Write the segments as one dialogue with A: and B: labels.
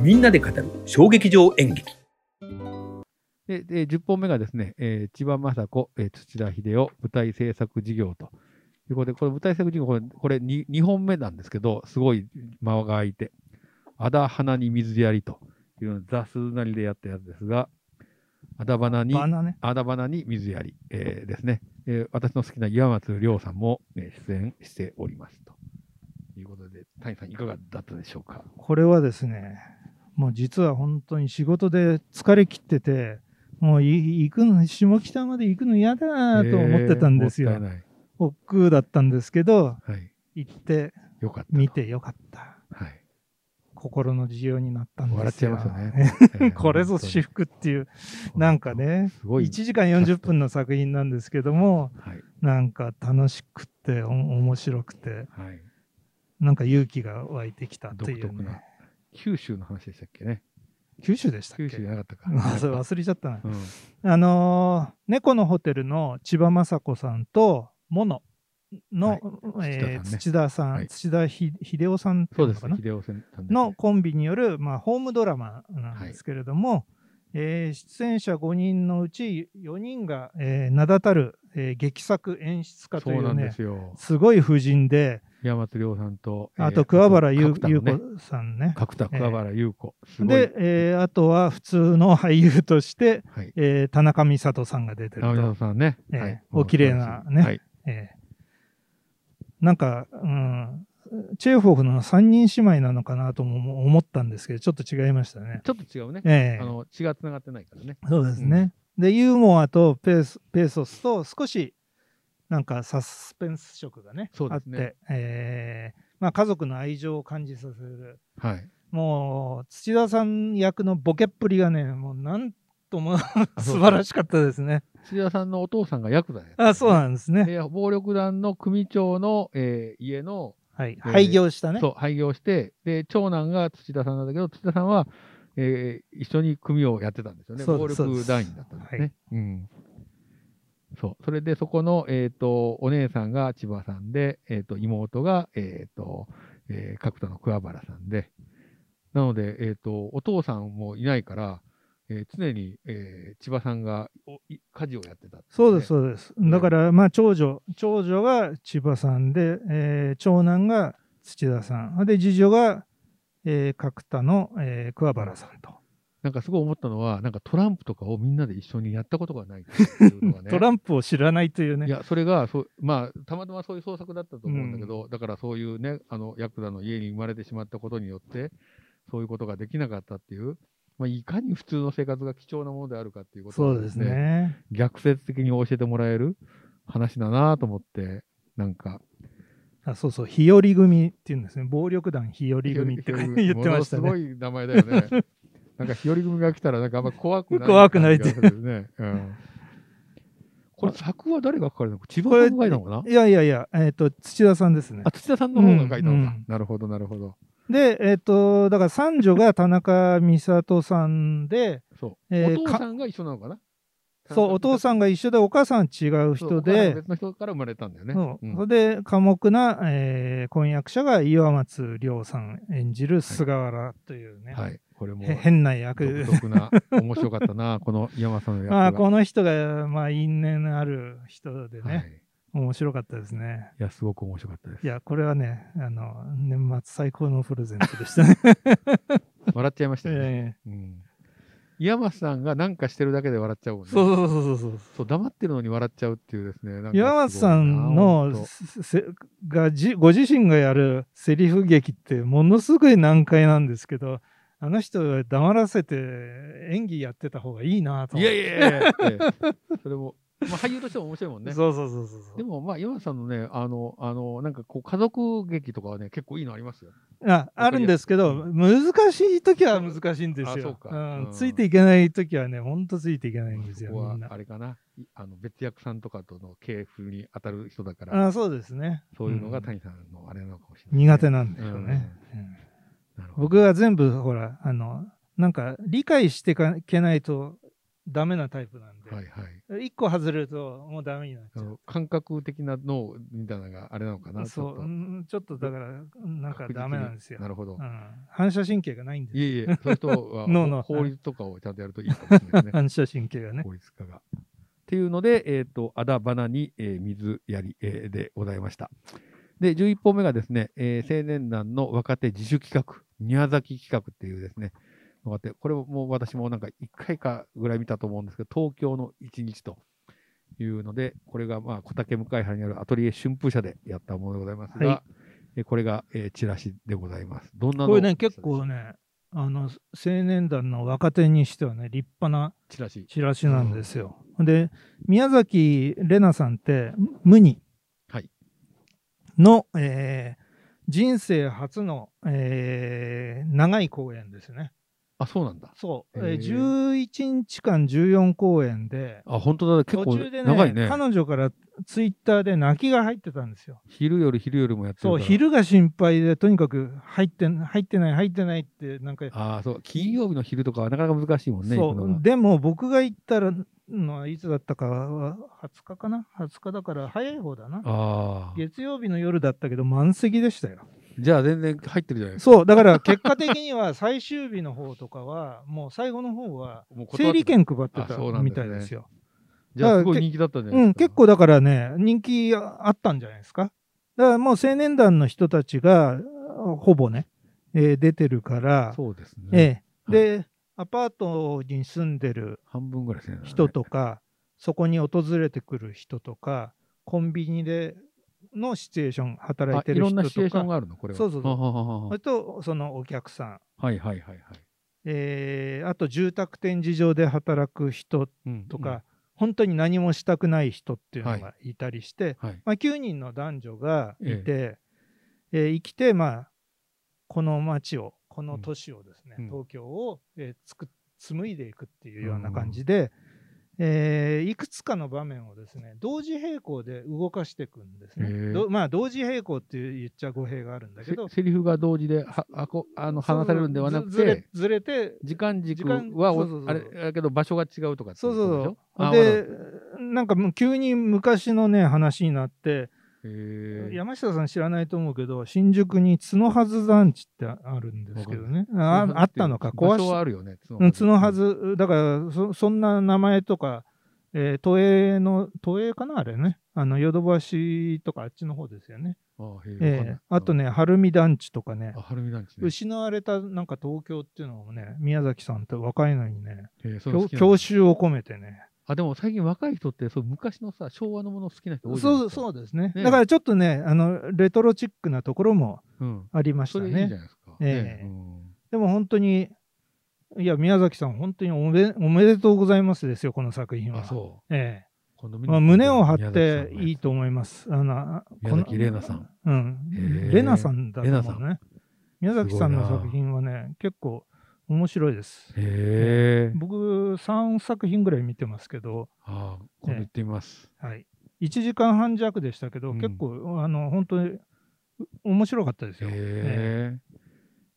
A: みんなで語る衝撃場演劇
B: で、で10本目がですね、えー千葉雅子、えー土田秀夫舞台制作事業ということで、これ舞台制作事業、これこれ 2, 本目なんですけど、すごい間が空いて、あだ花に水やりというのを雑なりでやったやつですが、あだ花に、
C: バナね。
B: あだ花に水やり、えーですね、えー私の好きな岩松亮さんも、えー出演しておりますと。いうことで、谷さん、いかがだったでしょうか。
C: これはですね、もう実は本当に仕事で疲れ切ってて、もうい行くの、下北まで行くの嫌だと思ってたんですよ。
B: えーもったいない
C: 億劫だったんですけど、
B: はい、
C: 行って
B: よかったと。
C: 見てよかった。
B: はい。
C: 心の需要になったんですよ。。
B: 笑っちゃいますよね
C: これぞ私服っていう、なんか、ね、
B: すごい。
C: 1時間40分の作品なんですけども、
B: はい。
C: なんか楽しくて、お面白くて、
B: はい。
C: なんか勇気が湧いてきたと
B: 独
C: いう、
B: 特
C: ね
B: な。。九州の話でしたっけね。
C: 九州でしたっ
B: 九州じ
C: け
B: ゃなかったか。
C: あそう忘れちゃったな。
B: うん。
C: あのー猫のホテルの千葉雅子さんと、モノの、えー土
B: 土
C: 田さん、
B: はい
C: 土田ひ秀夫さんってい
B: そう
C: の
B: です
C: かな
B: ね。秀夫さんさんですね
C: のコンビによる、まあ、ホームドラマなんですけれども、えー出演者5人のうち4人が、えー名だたる、えー劇作演出家とい
B: そうな
C: うん
B: で
C: ね
B: すよ。
C: すごい婦人で
B: 山松亮さんと、
C: あと桑原
B: 優
C: 優
B: 子
C: 優子さんね。
B: 角田桑原優子。すごい
C: で、、えーあとは普通の俳優として、
B: はい。
C: えー田中美里さんが出てる
B: 直
C: と
B: 美、さんね。
C: えー
B: はい
C: お綺麗なね
B: はい。
C: えーなんか、うん、チェーホフの3人姉妹なのかなとも思ったんですけどちょっと違いましたね。
B: ちょっと違うね。
C: え
B: あ
C: ー
B: の、血が繋がってないからね。
C: そうですね。で、ユーモアとペースペーソスと少しなんかサスペンス色がね、
B: そうですね
C: あって、えーまあ、家族の愛情を感じさせる、
B: はい。
C: もう土田さん役のボケっぷりがね、もうなん とも
B: そう
C: 素晴らしかったですね。
B: 土田さんのお父さんがヤクザやった
C: あそうなんで すね。
B: で暴力団の組長の、えー家の、
C: はい、
B: えー
C: 廃業したね。
B: そう廃業してで長男が土田さんなんだけど土田さんは、えー一緒に組をやってたんですよね
C: そう
B: 暴
C: です
B: 力団員だったんですね。
C: はい
B: うん、そうそれでそこの、えー、とお姉さんが千葉さんで、えー、と妹が、えーとえー角田の桑原さんでなので、えー、とお父さんもいないから、えー常に、えー千葉さんがおい家事をやってたっていね、
C: そうです、そうです。だから、まあ、長女、長女が千葉さんで、えー長男が土田さん、で、次女が、えー角田の、えー桑原さんと。
B: なんかすごい思ったのはなんかトランプとかをみんなで一緒にやったことがないっていうのがね
C: トランプを知らないというね。
B: いや、それがそう、まあ、たまたまそういう創作だったと思うんだけど、だからそういうね、あのヤクザの家に生まれてしまったことによって、そういうことができなかったっていう、まあ、いかに普通の生活が貴重なものであるかっていうこと
C: そ
B: を
C: うですね。
B: 逆説的に教えてもらえる話だなと思って、なんか、
C: あそうそう、日和組っていうんですね。暴力団日和組っ
B: 日
C: て
B: 和組
C: 言ってました
B: もの
C: ね。
B: すごい名前だよ ね。なんか日和組が来たら、なんかあんま怖くない。
C: 怖くない
B: ですね。うん これ作は誰が書かれたの千葉さんが書いたのかない
C: やいやいや、えっ、と、土田さんですね
B: あ、。土田さんの方が書いた
C: う
B: の
C: んう
B: か
C: ん。
B: なるほど、なるほど。
C: で、えっ、と、だから三女が田中美里さんで、
B: そう。
C: えー
B: お父さんが一緒なのかな
C: そう、お父さんが一緒で、お母さん違う
B: そう
C: 人
B: お母さん
C: で、
B: 別の人から生まれたんだよね。
C: そう
B: うん
C: それで寡黙な、えー婚約者が岩松亮さん演じる菅原というね、
B: はい。これも
C: へ、変な役
B: 独特な、面白かったな、この山さんの役
C: ま
B: が。
C: あこの人が、まあ、因縁ある人でね、
B: はい。
C: 面白かったですね
B: いや、すごく面白かったです
C: い。やこれはねあの年末最高のプレゼントでした ね、
B: 笑っちゃいましたね。
C: え
B: うん。山さんがなんかしてるだけで笑っちゃうもん
C: え
B: ね。
C: そうそうそうそうそう
B: そう黙ってるのに笑っちゃうっていうですね。なんかすごいな
C: 岩松さんの
B: ほと
C: せがじご自身がやるセリフ劇ってものすごい難解なんですけどあの人は黙らせて演技やってた方がいいなと
B: い
C: 思
B: や
C: って
B: いやいやいやええそれも、まあ、俳優としても面白いもんね。
C: そうそうそうそうそう
B: でも、まあ、山さんのね、あの、あの、なんかこう、家族劇とかはね、結構いいのありますよ。
C: ああるんですけど
B: う
C: 難しい時は難しいんですよ
B: あそうか
C: ん
B: うん
C: ついていけない時はねほんとついていけないんですよ
B: そこ
C: み
B: は
C: んな
B: あれかな、いあの別役さんとかとの系譜に当たる人だから、
C: あそうですね
B: そういうのが
C: ん
B: 谷さんのあれなのかもしれない。
C: 苦手なんでしょうね、うん
B: なるほど
C: 僕は全部ほらあのなんか理解していかいけないとダメなタイプなんで、
B: はいはい。
C: 一個外れるともうダメになっち
B: あ
C: ゃう
B: の。感覚的な脳みたいなのがあれなのかな。ちょ
C: そう
B: っと
C: うんちょっとだから、なんか
B: 確実に
C: ダメなんですよ。
B: なるほど
C: う。ん反射神経がないんです
B: いえいえ、そ ういう人は
C: 脳の
B: 法律とかをちゃんとやるといいかもしれないです ね。
C: 反射神経がね。
B: 法律家が。っていうので、えっ、と、あだばなに、えー水やり、えーでございました。で、11本目がですね、えー青年団の若手自主企画、宮崎企画っていうですね、のがあってこれも私もなんか1回かぐらい見たと思うんですけど、東京の1日というので、これがまあ小竹向原にあるアトリエ春風社でやったものでございますが、
C: は
B: えーこれが、えーチラシでございます。どんなの
C: これね、結構ね、あの、青年団の若手にしてはね、立派な
B: チラシ。
C: チラシなんですよ。で、宮崎玲奈さんって、ムニ
B: はい
C: の、えー人生初の、えー長い公演ですね。
B: あ、そうなんだ。
C: そう、
B: へ
C: え
B: ー
C: ー11日間14公演で、
B: あ、本当だ。結構
C: 途中でね
B: 長いね。
C: 彼女からツイッターで泣きが入ってたんですよ。
B: 昼より昼よりもやってるか
C: そう、
B: ら。
C: 昼が心配で、とにかく入ってん入ってない、入ってないって、なんか、
B: ああ、そう。金曜日の昼とかはなかなか難しいもんね。
C: そ
B: 行くのが
C: う、でも僕が行ったらのはいつだったかは、20日かな、20日だから早い方だな。
B: ああ。
C: 月曜日の夜だったけど、満席でしたよ。
B: じゃあ全然入ってるじゃないですか。
C: そう、だから結果的には最終日の方とかは、もう最後の方は、
B: もう 断
C: 整
B: って
C: 理券配って
B: あ
C: た
B: そうなんだよね
C: みたいですよ。
B: じゃあすごい
C: だから
B: 人気だったんじゃないうですか。
C: ん、結。構だからね、人気あったんじゃないですか。だからもう青年団の人たちが、ほぼね、えー出てるから、
B: そうですね。
C: ええ、
B: は
C: で、アパートに住んでる
B: 半分ぐらいですね。
C: 人とか、そこに訪れてくる人とか、コンビニでのシチュエーション、働い
B: あ
C: て
B: い
C: る
B: ろん
C: 人
B: なシチュエー
C: と
B: ション
C: か、
B: があるのこれは。
C: そうそうそう
B: はははは
C: それとそのお客さん、
B: はいはいはいはい。
C: えーあと住宅展示場で働く人
B: うん
C: とか、。本当に何もしたくない人っていうのがいたりして、
B: うんはい。
C: まあ、9人の男女がい
B: え
C: て、えー生きて、まあ、この町を、この都市をですね、
B: うん
C: 東京を、えーつく紡いでいくっていうような感じで、えーいくつかの場面をですね、同時並行で動かしていくんです
B: へ
C: ね。
B: ー
C: どまあ、同時並行って言っちゃ語弊があるんだけ
B: せ
C: ど、
B: セリフが同時ではあこ あの話されるんではなく
C: ずずれ
B: て、
C: ずれて、
B: 時間
C: 時
B: 軸
C: 間
B: は
C: そうそう
B: お
C: そう
B: あれだけど場所が違うとかってい
C: そう
B: ことでしょ。
C: うそ
B: あ
C: う。
B: ー、
C: で、なんかもう急に昔のね、話になって、
B: え
C: 山下さん知らないと思うけど、新宿に角はず団地ってあるんですけどね。ああったのか、
B: 場
C: 壊
B: 所は
C: し
B: あるよね。
C: うん角はず、だからそ、そんな名前とか、えー都営の、都営かなあれね。あの、ヨドバシとかあっちの方ですよね。
B: あーへーわかんな
C: え
B: い
C: えあとね、晴海団地とかね
B: あ、。はるみ団地ね。
C: 失われたなんか東京っていうのをね、宮崎さんって若いのにね、
B: へーそういうの好きなん
C: 郷
B: だ
C: 郷愁を込めてね、
B: あ、でも最近若い人って、そう昔のさ、昭和のもの好きな人多いじゃない
C: そう
B: ですか。
C: そうですね
B: ね
C: だからちょっとね、あのレトロチックなところも
B: うん。
C: ありまし
B: そ
C: た
B: れいいじゃない
C: ね。
B: ですか。
C: え
B: ね
C: え
B: うん
C: でも本当に、いや、宮崎さん、本当におめおめでとうございますですよ、この作品は。
B: あ、そ
C: ええ
B: う。今度見に
C: まあ、胸を張っていい
B: 宮崎
C: と思います。あの
B: 宮崎玲奈
C: さ
B: さ
C: ん
B: ん。
C: うん
B: へ。え
C: レナさんだと
B: 玲
C: 思う
B: 奈
C: ね。宮崎さんの
B: すごいな
C: 作品はね、結構面白いです。
B: さんのやつ。へえ。
C: 僕、3作品ぐらい見てますけど、
B: ああ、今度行ってみます。
C: はい、1時間半弱でしたけど、
B: うん
C: 結構あの本当にう面白かったですよ、
B: へえ。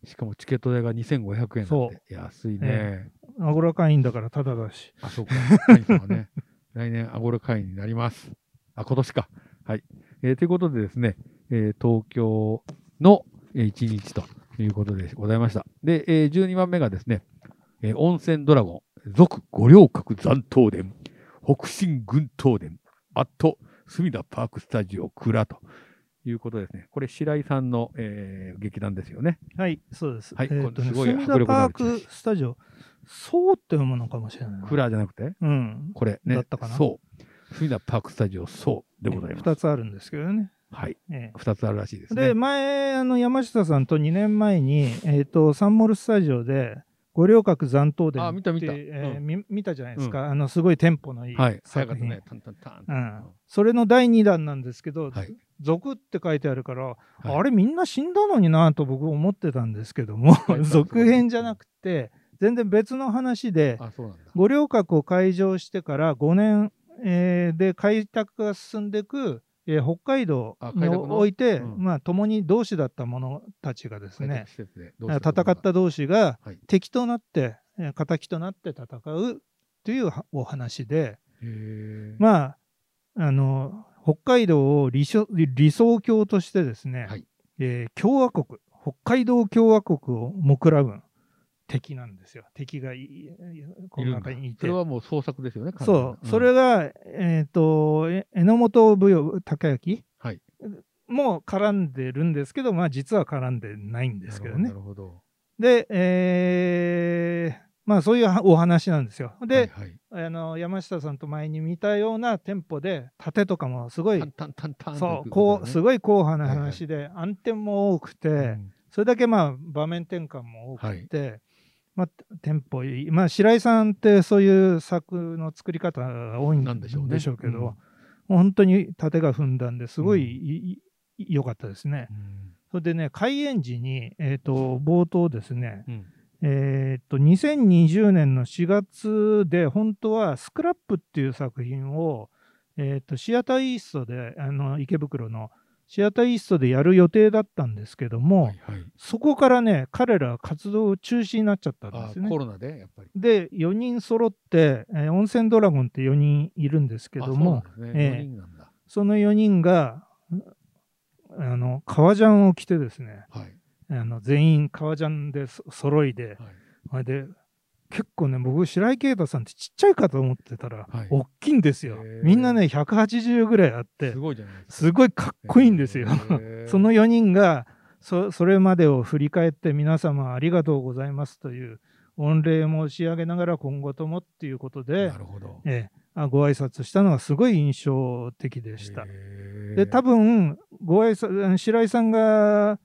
B: しかもチケット代が2500円だ
C: そ
B: って。安い
C: え
B: ね。
C: アゴラ会員だからタダだし
B: あ、そうか。谷さんは ね、来年アゴラ会員になります。あ、今年か。はい。えーということでですね、えー東京の1日ということでございました。で、えー12番目がですね、えー温泉ドラゴン、俗五稜郭残東殿、北進軍東殿、アット隅田パークスタジオ蔵ということですね。これ、白井さんの、えー劇団ですよね。
C: はいそうです、
B: はい
C: えーとね、
B: すごい
C: 墨
B: 迫力
C: 田
B: の
C: パ
B: あ
C: ー
B: る
C: クスタジオそうって読むのかもしれないな
B: 蔵じゃなくて、
C: うん
B: これね、
C: だったかな
B: そう。隅田パークスタジオ、そうでございます。
C: 2つあるんですけどね、
B: はい。
C: ええ
B: 二つあるらしいですね。
C: で前あの山下さんと2年前に、えー、とサンモールスタジオで五稜郭残党で
B: あ見た見た
C: えー
B: う
C: み見たじゃないですか、あのすごいテンポのいい
B: はい。早かっ
C: 作
B: た
C: 品、
B: ね。タンタンタン
C: う
B: と。
C: ん、それの第2弾なんですけど、
B: はい。
C: 俗って書いてあるから、
B: はい
C: あれみんな死んだのになと僕思ってたんですけども、
B: い
C: 続編じゃなくて全然別の話で
B: あ、そうなんだ。
C: 五稜郭を開場してから5年、えーで開拓が進んでいく、えー北海道
B: あ
C: に
B: 開拓の
C: おいて
B: うん
C: まあ共に同志だった者たちがですね
B: 施設でどうし
C: 戦
B: たことが
C: った同士が
B: はい
C: 敵となってえー敵となって戦うっというはお話で、
B: へえ。
C: まあ、あの、北海道を理想理想郷としてですね、
B: はい
C: えー共和国、北海道共和国を目論む敵なんですよ。敵がいいこの中にい
B: そ
C: て
B: れ。はもう創作ですよね。完全
C: そ
B: な
C: う、そ、れが、えっ、と、え榎本武雄高明
B: はい
C: も絡んでるんですけど、まあ実は絡んでないん
B: ん
C: ですけど
B: な。
C: ね
B: るほど。
C: で、えーまあそういうはお話なんですよ。で、
B: はいはい、
C: あの山下さんと前に見たようなテンポで縦とかもすごい、
B: タンタンタンタン
C: そうこうす
B: ごい
C: ごい硬派な話で、暗転も多くて、
B: うことだよね。
C: それだけまあ場面転換も多
B: は
C: く
B: い
C: て、まあ、テンポいい、まあ、白井さんってそういう作の作り方が多いん
B: なんでしょうね
C: でしょうけど、
B: うん
C: もう本当に縦が踏んだんですごいいい良、かったですね。
B: うん
C: それでね開演時に、えー、と冒頭ですね、
B: うん
C: えーっと2020年の4月で本当は「スクラップ」っていう作品を、えーっとシアターイーストであの池袋のシアターイーストでやる予定だったんですけども、
B: はいはい。
C: そこからね彼らは活動中止になっちゃったんで
B: あ
C: すね
B: コ。ロナでやっぱり。
C: で4人揃って、えー温泉ドラゴンって4人いるんですけども
B: あそうなんです
C: ええ
B: ね。四人なんだ。
C: その4人があの革ジャンを着てですね
B: はい
C: あの全員革ジャンでそ揃いで。
B: はい。
C: あれで結構ね僕白井慶太さんってちっちゃいかと思ってたら、
B: はい
C: 大きいんですよ
B: へー
C: みんなね180ぐらいあって
B: すごいじゃないですか。
C: すごいかっこいいんですよ、
B: へー
C: その4人がそそれまでを振り返って皆様ありがとうございますという御礼申し上げながら今後ともっていうことで
B: な、るほど。
C: ええあご挨拶したのがすごい印象的でした
B: へー
C: で多分ご挨拶白井さんが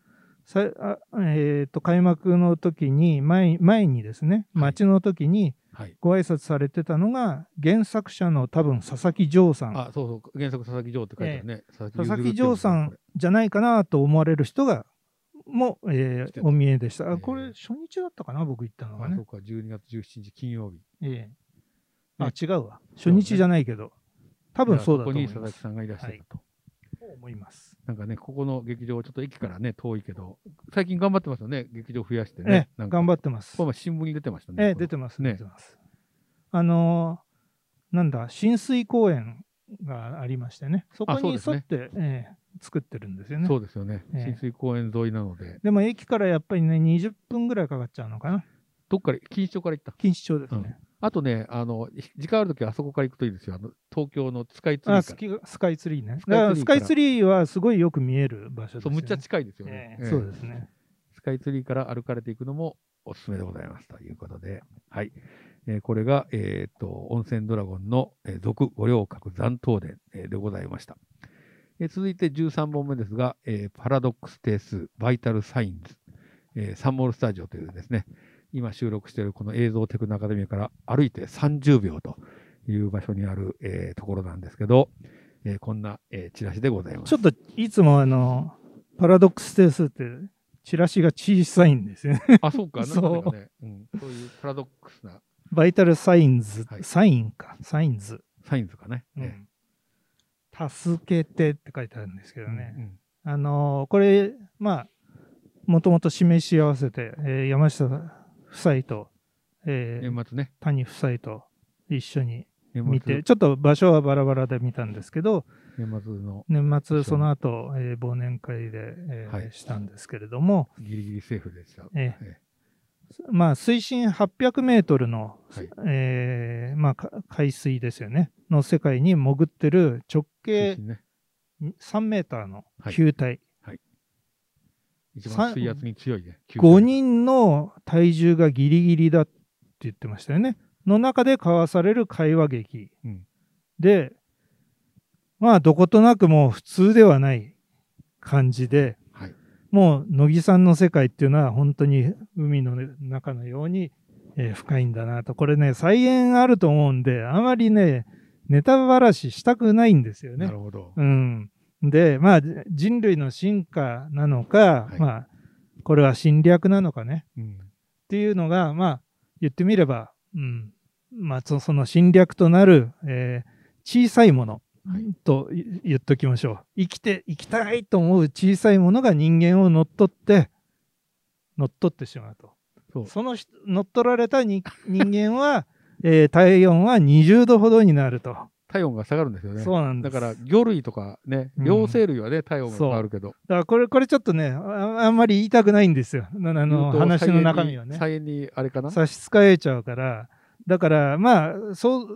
C: さあえー、と開幕の時に前前にですね
B: はい
C: 町の時に
B: はい。
C: ご挨拶されてたのが原作者の多分佐々木城さん
B: あ、そうそう。原作佐々木城って書いてあるね。佐
C: 佐々
B: 譲
C: 木
B: っていうん
C: 城
B: です
C: さ
B: か
C: んじゃないかなと思われる人がも、えー
B: 来てた
C: お見えでした、あ
B: ええ
C: これ初日だったかな僕行ったの
B: これあ、そ
C: が
B: う、
C: ね
B: か。12月17日金曜日。
C: ええ
B: ね
C: あ違うわ
B: そ
C: 初
B: うね
C: 日じゃないけど多分そうだと思
B: じゃあ
C: い
B: ここに佐々
C: ます
B: 木さんがいらっしゃると。
C: 思います
B: なんかね、ここの劇場、ちょっと駅からね、遠いけど、最近頑張ってますよね、劇場増やしてね
C: え。え
B: なんか
C: 頑張ってます
B: この前新聞に出てましたね。
C: ええ、出
B: て
C: てます、
B: ね
C: 出てます。あのーなんだ、浸水公園がありましてね、そこ
B: あそう
C: に
B: です
C: 沿っ
B: ね
C: て、ええ作ってるんですよね。
B: そうですよね。
C: ええ
B: 浸水公園沿いなので、
C: でも駅からやっぱりね、20分ぐらいかかっちゃうのかな、
B: どっから、錦糸町から行った。
C: 錦糸町ですね。
B: あとね、あの、ひ時間あるときはあそこから行くといいですよ。あの、東京のスカイツリ
C: あ
B: ー
C: ス
B: か
C: キスカイツリーね。
B: スカイツリー
C: だからスカ
B: から
C: イツリーはすごいよく見える場
B: ら。
C: 所です
B: そ
C: よ
B: う、
C: ね。
B: むっちゃ近いですよ
C: え
B: ね。
C: え
B: ええ
C: そうですね。
B: スカイツリーから歩かれていくのもおすすめでございますということで、はい。えーこれが、えーっと、温泉ドラゴンの、えー続五稜郭残灯伝、えーでございました。えー続いて13本目ですが、えーパラドックス定数、バイタルサインズ、えーサンモールスタジオというですね、今収録しているこの映像テクノアカデミーから歩いて30秒という場所にある、えーところなんですけど、えーこんな、えーチラシでございます。
C: ちょっといつもあの、パラドックステースって、チラシが小さいんですよね。
B: あ、そうか、なんか
C: そう
B: ね、うん、そういうパラドックスな
C: バイタルサインズ、
B: はい
C: サインか、サインズ。
B: サインズかね。えー
C: 助けてって書いてあるんですけど
B: う
C: ね、
B: ん
C: あのーこれまあもともと示し合わせて、えー山下夫妻と、えー
B: 年末ね、
C: 谷夫妻と一緒に
B: 年末
C: 見てちょっと場所はバラバラで見たんですけど
B: 年末の
C: 年
B: 一緒
C: 末
B: に
C: その後、えー忘年会で、えー
B: はい
C: したんですけれども、
B: ギリギリセーフでした。
C: え
B: え
C: ーまあ水深800メートルの、
B: はい
C: えーまあ、か海水ですよねの世界に潜ってる直
B: え
C: 径
B: ね、
C: 3メーターの
B: はい
C: 球体、
B: 一番水圧に強いね。
C: 5人の体重がギリギリだって言ってましたよね。の中で交わされる会話劇、
B: うん
C: で、まあ、どことなくもう普通ではない感じで、
B: はい
C: もう乃木さんの世界っていうのは本当に海の中のように、えー深いんだなと。これね、再演あると思うんで、あまりね、ネタばらししたくないんですよね
B: な。るほど。
C: うん、でまあじ人類の進化なのか、
B: はい
C: まあこれは侵略なのかね
B: うん
C: っていうのがまあ言ってみれば、うんまあ、そその侵略となる、えー小さいもの
B: はい
C: とい言っときましょう生きて生きたいと思う小さいものが人間を乗っ取って乗っ取ってしまうと
B: そう
C: その人乗っ取られたに人間は、 えー体温は20度ほどになると。
B: 体温が下がるんですよね。
C: そうなんで
B: だ
C: す。
B: から、魚類とかね、
C: うん
B: 両生類はね、体温が変わるけど、
C: だからこれ、これちょっとねあ、あんまり言いたくないんですよ。なあの
B: 言うと
C: 話の中身はね。
B: 再現に、再現にあれかな
C: 差し支えちゃうから、だから、まあ、そう、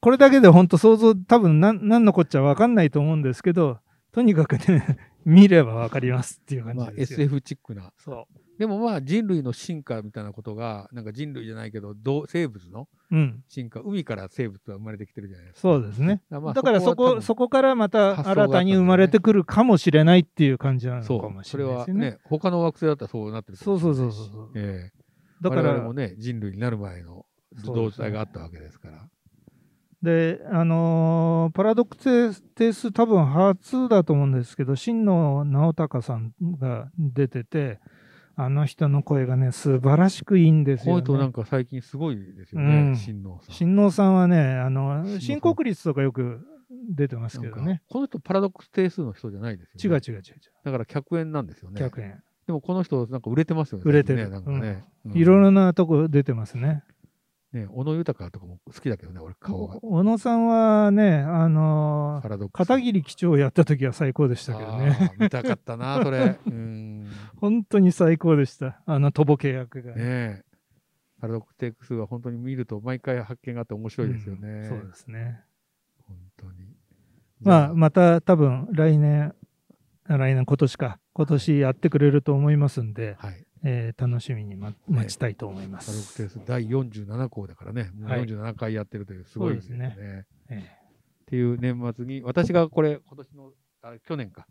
C: これだけで本当想像、多分なん、なんのこっちゃわかんないと思うんですけど、とにかくね、 見ればわかりますっていう感
B: まあ
C: じ、ですよ。
B: SF チックな。
C: そう。
B: でもまあ、人類の進化みたいなことが、なんか人類じゃないけど、どう生物の
C: うん。
B: 進化、海から生物が生まれてきてるじゃないですか。
C: そうですね。
B: だまあ
C: だからそ
B: は多
C: こ、
B: 分
C: そこからまた
B: 発想があった
C: 新
B: んだ
C: た
B: よね
C: に生まれてくるかもしれないっていう感じなのか
B: そ
C: も
B: う、
C: し
B: そ
C: れ
B: れ
C: ないで
B: は
C: すよね。
B: ね、他の惑星だったらそうなってるか
C: そ
B: も
C: う
B: し
C: そ
B: れ
C: う
B: ない
C: そうそうそう。
B: ええ
C: だか
B: 我々
C: ら
B: も、ね、人類になる前の動体があったわけですから。
C: で、あのーパラドックス定数多分初だと思うんですけど、真野直隆さんが出てて、あの人の声がね、素晴らしくいいんです
B: この
C: よ、
B: 人なん
C: ね。
B: か最近すごいですよ
C: う
B: ね、
C: ん
B: 新能さん。
C: 新能さんはね、あ
B: 新
C: の、
B: 能さん
C: 新国立とかよく出てますけど
B: なん
C: ね
B: か。この人パラドックス定数の人じゃないです
C: 違う
B: よ、
C: 違
B: ね。
C: う違う違う。
B: だから客演なんですよね。
C: 100円。
B: でもこの人なんか売れてますよね。
C: 売れてる
B: ねなんかね。うん
C: いろいろなとこ出てますね。
B: ね、小野豊とかも好きだけどね、俺顔が。
C: 小野さんはね、あのー
B: パラドックス。
C: 片桐機長をやった時は最高でしたけどね。
B: あー見たかったな、それ。うん。ね
C: 本当に最高でした。あの、とぼけ役が。
B: えパラドックステイクスは本当に見ると毎回発見があって面白いですよね。
C: うんそうですね。
B: 本当に。
C: まあ、
B: ま
C: また多分来年、あ来年、今年か、今年やってくれると思いますんで、
B: あ、はい。
C: えー楽しみにま待ちたいと思いま
B: パラドックス
C: す。
B: テイクス第47項だからね、もう
C: はい
B: 47回やってるという、すごいですね。
C: そうですえ
B: っていう年末に、私がこれ、今年の、あ去年か、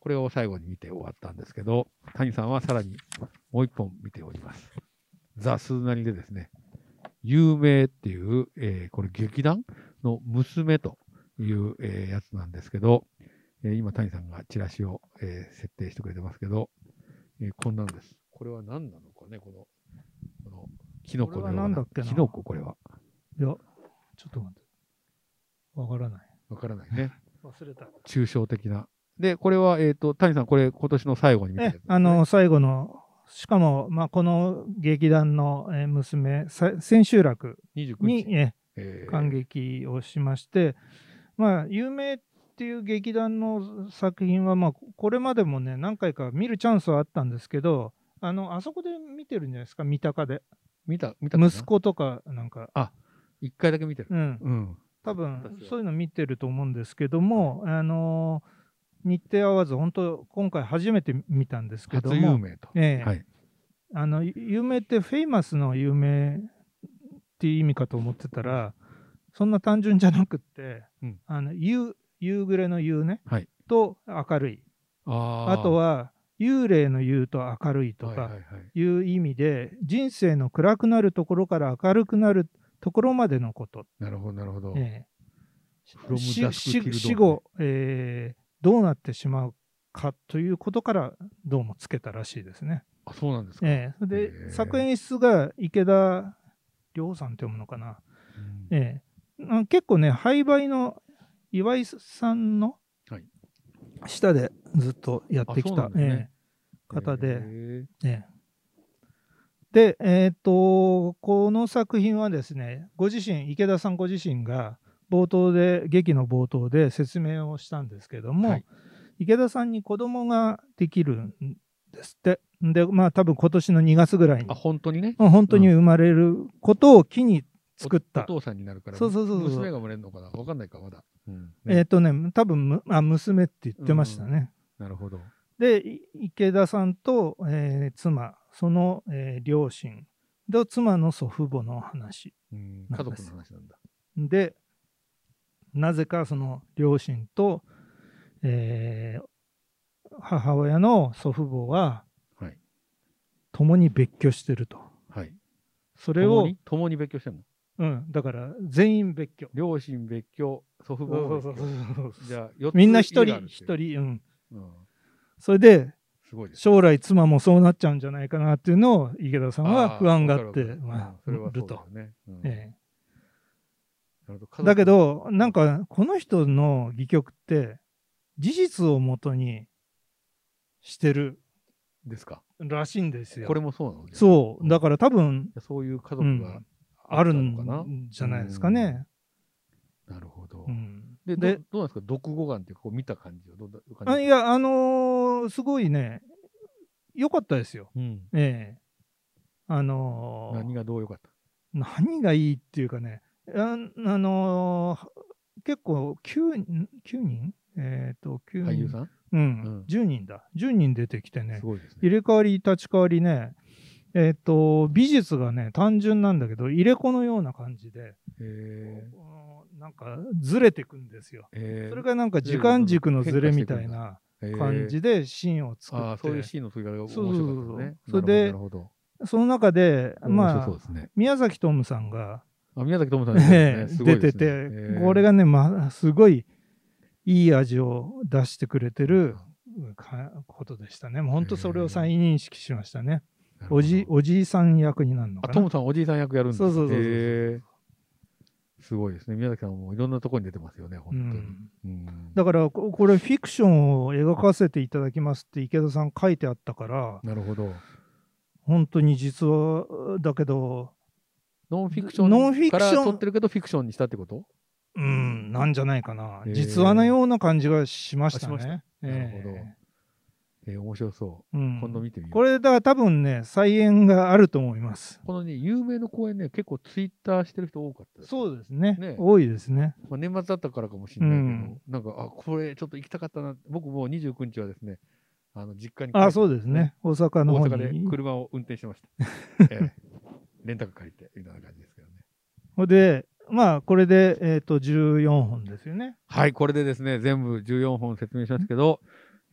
B: これを最後に見て終わったんですけど、谷さんはさらにもう一本見ております。ザ・スーナリでですね、有名っていう、えーこれ劇団の娘という、えーやつなんですけど、えー今谷さんがチラシを、えー設定してくれてますけど、えーこんなのです。これは何なのかね、この、この、キノコのよう
C: これは何だっけな
B: キノコこれは。
C: えいや、ちょっと待って。わからない。
B: わからないね。
C: 忘れた。
B: 抽象的な。で、これは、えっ、と、谷さん、これ、今年の最後に見たやつ
C: え
B: ですね、
C: あの、最後の、しかも、まあ、この劇団のえー娘、さ千秋楽
B: 29
C: に、
B: 日、
C: え
B: え
C: ー
B: ー
C: 感激をしまして、まあ、有名っていう劇団の作品は、まあ、これまでもね、何回か見るチャンスはあったんですけど、あの、あそこで見てるんじゃないですか、三鷹で。
B: 見た、見たかな
C: 息。子とかなんか、
B: 一回だけ見てる。
C: うん、
B: うん。
C: 多
B: 私
C: 分
B: は
C: そういうの見てると思うんですけども、あのー日程合わず、本当、今回初めて見たんですけど
B: 初
C: も、
B: 有名と。
C: ええ
B: はい。
C: あの有名って、フェイマスの有名っていう意味かと思ってたら、そんな単純じゃなくって、
B: うん
C: あの夕夕暮れの夕ね、
B: はい
C: と明るい、
B: あ
C: あと
B: は、
C: は幽霊の幽と明るいと
B: はいはいは
C: か
B: い。
C: いう意味で、人生の暗くなるところから明るくなるところまでのこと
B: なるほど、なるほど。
C: え
B: From
C: え、
B: Dusk
C: し
B: Till
C: し
B: Dawn
C: 死後、えーどうなってしまうかということからどうもつけたらしいですね。
B: あ、そうなんですか。
C: ええ、それ
B: へえ
C: で作演出が池田亮さんって読むのかな。
B: うん
C: ええ、あ結構ね廃売の岩井さんの
B: はい
C: 下でずっとやってき
B: あ
C: た
B: そうなん、ですね
C: ええ方で。
B: へ
C: ねで、えっと、この作品はですね、ご自身、池田さんご自身が冒頭で、劇の冒頭で説明をしたんですけども、
B: はい
C: 池田さんに子供ができるんですって。で、まあ多分今年の2月ぐらい
B: ー
C: に
B: あ、、本当にね。
C: うん本当に生まれることを機に作っ
B: お
C: た。
B: お父さんになるから。
C: そうそうそうそう
B: 娘が生まれるのかなわかんないか、まだ。うん
C: え
B: ね
C: っとね、多分むあ、娘って言ってましたね。
B: なるほど。
C: でい池田さんと、えー妻その、えー両親と妻の祖父母の話
B: うん
C: な
B: 家
C: んで
B: 族
C: す
B: の話なんだ。
C: でなぜかその両親と、えー母親の祖父母は
B: はい。
C: 共に別居してると
B: はい。
C: それ
B: 共
C: を
B: に、共に別居してんの
C: うん、だから全員別居
B: 両親別居、祖父母も別居。じゃあ、四つ
C: みんな一
B: 家があ
C: 人
B: るって
C: 一
B: いう。
C: 人、うん、
B: うん
C: それです
B: ごいですね。
C: 将来妻もそうなっちゃうんじゃないかなっていうのを池田さん
B: あ
C: は
B: ー
C: 不安があって
B: わかるわかる
C: まあ
B: うんそれは
C: る
B: そうだ
C: と
B: よ。ねうん
C: ええ
B: なるほど
C: だけ、ど、なんか、この人の戯曲って、事実をもとにしてる
B: 家族ですから
C: しいんですよ。
B: これもそうなので
C: そう。だから多分、
B: そういう家
C: う
B: 族
C: ん
B: がった
C: ある
B: のかなん
C: じゃないですかね。
B: なるほど。
C: うん
B: で
C: で
B: ど、どうなんですか独語眼っていうか、こう見た感じはどんな感じ
C: あいや、あのーすごいね、良かったですよ。
B: うん、
C: ええあのー
B: 何がどうよかった
C: 何がいいっていうかね、ああのー結構9、九人えっ、と、9人。
B: 俳優さん、
C: うん、
B: うん
C: 10人だ。10人出てきてね
B: す、ごいですね。
C: 入れ替わり、立ち替わりね、えっ、と、美術がね、単純なんだけど、入れ子のような感じで、
B: え
C: こうなんかずれてくんですよ。
B: ーえー
C: それがなんか時間軸のずれみたいな
B: えー
C: 感じでシーンを作
B: ああ、
C: って、
B: そういうシーンの撮り方が面
C: そうそうそう
B: 白かったですね。
C: それで
B: なるほど、
C: その中で、
B: なるほど面白
C: ま
B: そう
C: あ、
B: ですね。
C: 宮崎トムさんが、
B: あ、宮崎智さん
C: え
B: で
C: え
B: すね。すごい で
C: 出て
B: すね
C: て、これ、
B: え
C: がね、まあ、すごいいい味を出してくれてるかことでしたね。もう本当それを再認識しましたね。
B: ーなるほど
C: おじおじいさん役になるの
B: あ、
C: か
B: ト
C: な
B: ム。さんおじいさん役やるんです
C: そうそうそうそう
B: えーすごいですね。宮崎さんもいろんなところに出てますよね、本当
C: う
B: に。
C: ん
B: うん
C: だからここれフィクションを描かせていただきますって池田さん書いてあったから
B: なるほど。
C: 本当に実はだけど
B: ノンフィクション
C: ノンフィク
B: か
C: ショ
B: ら
C: ン
B: 撮ってるけど、フィクションにしたってこと
C: うんなんじゃないかな
B: へえ
C: 実話のような感じがしました
B: あしました
C: ね。え
B: なる
C: え
B: えー面白そう。
C: うん
B: 今度見てみよう。
C: これだから多分ね再演があると思います。
B: このね、有名の公演ね、結構ツイッターしてる人多かったです。
C: そうですね。
B: ね
C: 多いですね。
B: まあ、年末だったからかもしれないけど
C: う、
B: なんか、あ、これちょっと行きたかったな。僕もう29日はですね、あの、実家に帰って
C: あ、そうですね。大阪の
B: 大
C: 方
B: 阪で
C: に。
B: 車を運転してました。 ええレンタカー借りて、みたいな感じですけどね。
C: ほんで、まあ、これで、えっ、と、14本ですよね。
B: はい、これでですね、全部14本説明しますけど、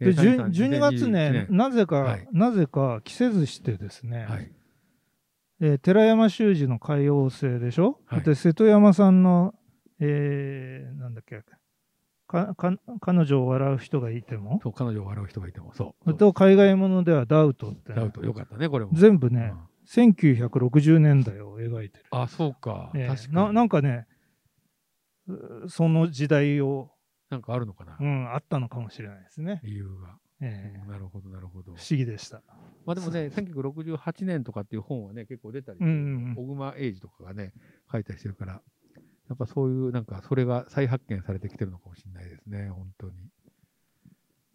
B: え
C: で、
B: ー
C: じゅ
B: 谷さん
C: 12月ね、
B: 2021
C: なぜか、
B: はい
C: なぜか、着せずしてですね、
B: 年はい、
C: えー寺山修司の海王星でしょ、
B: はい
C: で、瀬戸山さんの、えー、なんだっけ、かか彼女を笑う人がいても、
B: そう、彼女を笑う人がいても、そう。
C: あと、海外ものではダウトって、
B: ラウト、よかったね、これも。
C: 全部
B: 部
C: ね、1960年代を描いてる。
B: あ、そうか。
C: えー
B: 確かに
C: な
B: な
C: なんんかね、うその時代を、
B: かあるのかな、
C: うん、あったのかもしれないですね。
B: 理由が、
C: ええ
B: なるほど、なるほど。
C: 不思議でした。
B: まあでもね、1968年とかっていう本はね、結構出たり、
C: うんうんうん
B: 小熊英二とかがね、書いたりしてるから、やっぱそういう、なんか、それが再発見されてきてるのかもしれないですね、本当に。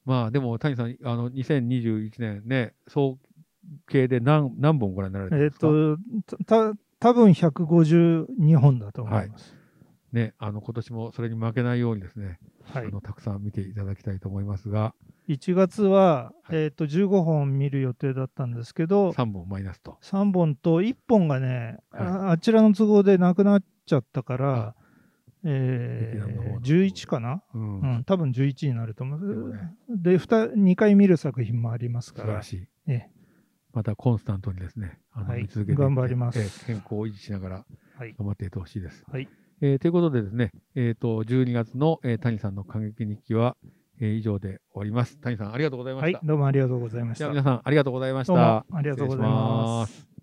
B: まあでも、谷さん、あの、2021年ね、総計で何何本ご覧になられたん
C: え
B: で
C: っ
B: すか、
C: と、た多分152本だと思います。
B: ね、あの、今年もそれに負けないようにですね、
C: はい
B: あのたくさん見ていただきたいと思いますが、
C: 1月は、
B: はい
C: えっと15本見る予定だったんですけど、
B: 3本マイナスと。
C: 3本と1本がね、
B: はい
C: ああちらの都合でなくなっちゃったから、え
B: 劇団の方
C: ー
B: の
C: 11かな、
B: う。
C: うんん、多分11になると思う。
B: ね
C: で 2, 回見る作品もあります
B: 素
C: か
B: 晴
C: ら
B: ら、しい。
C: ええ
B: またコンスタントにですね、あの
C: はい
B: 見続けていって
C: 頑張ります
B: ええ健康を維持しながら
C: はい
B: 頑張っていってほしいです。
C: はい
B: えーということでですね、えー、と12月の、えー谷さんの感激日記は、えー以上で終わります。谷さん、ありがとうございま
C: は
B: し
C: い
B: た。、
C: どうもありがとうございまし
B: じゃあ。
C: た
B: 皆さん、ありがとうございました。
C: どうもありがとうございます
B: 失礼しす。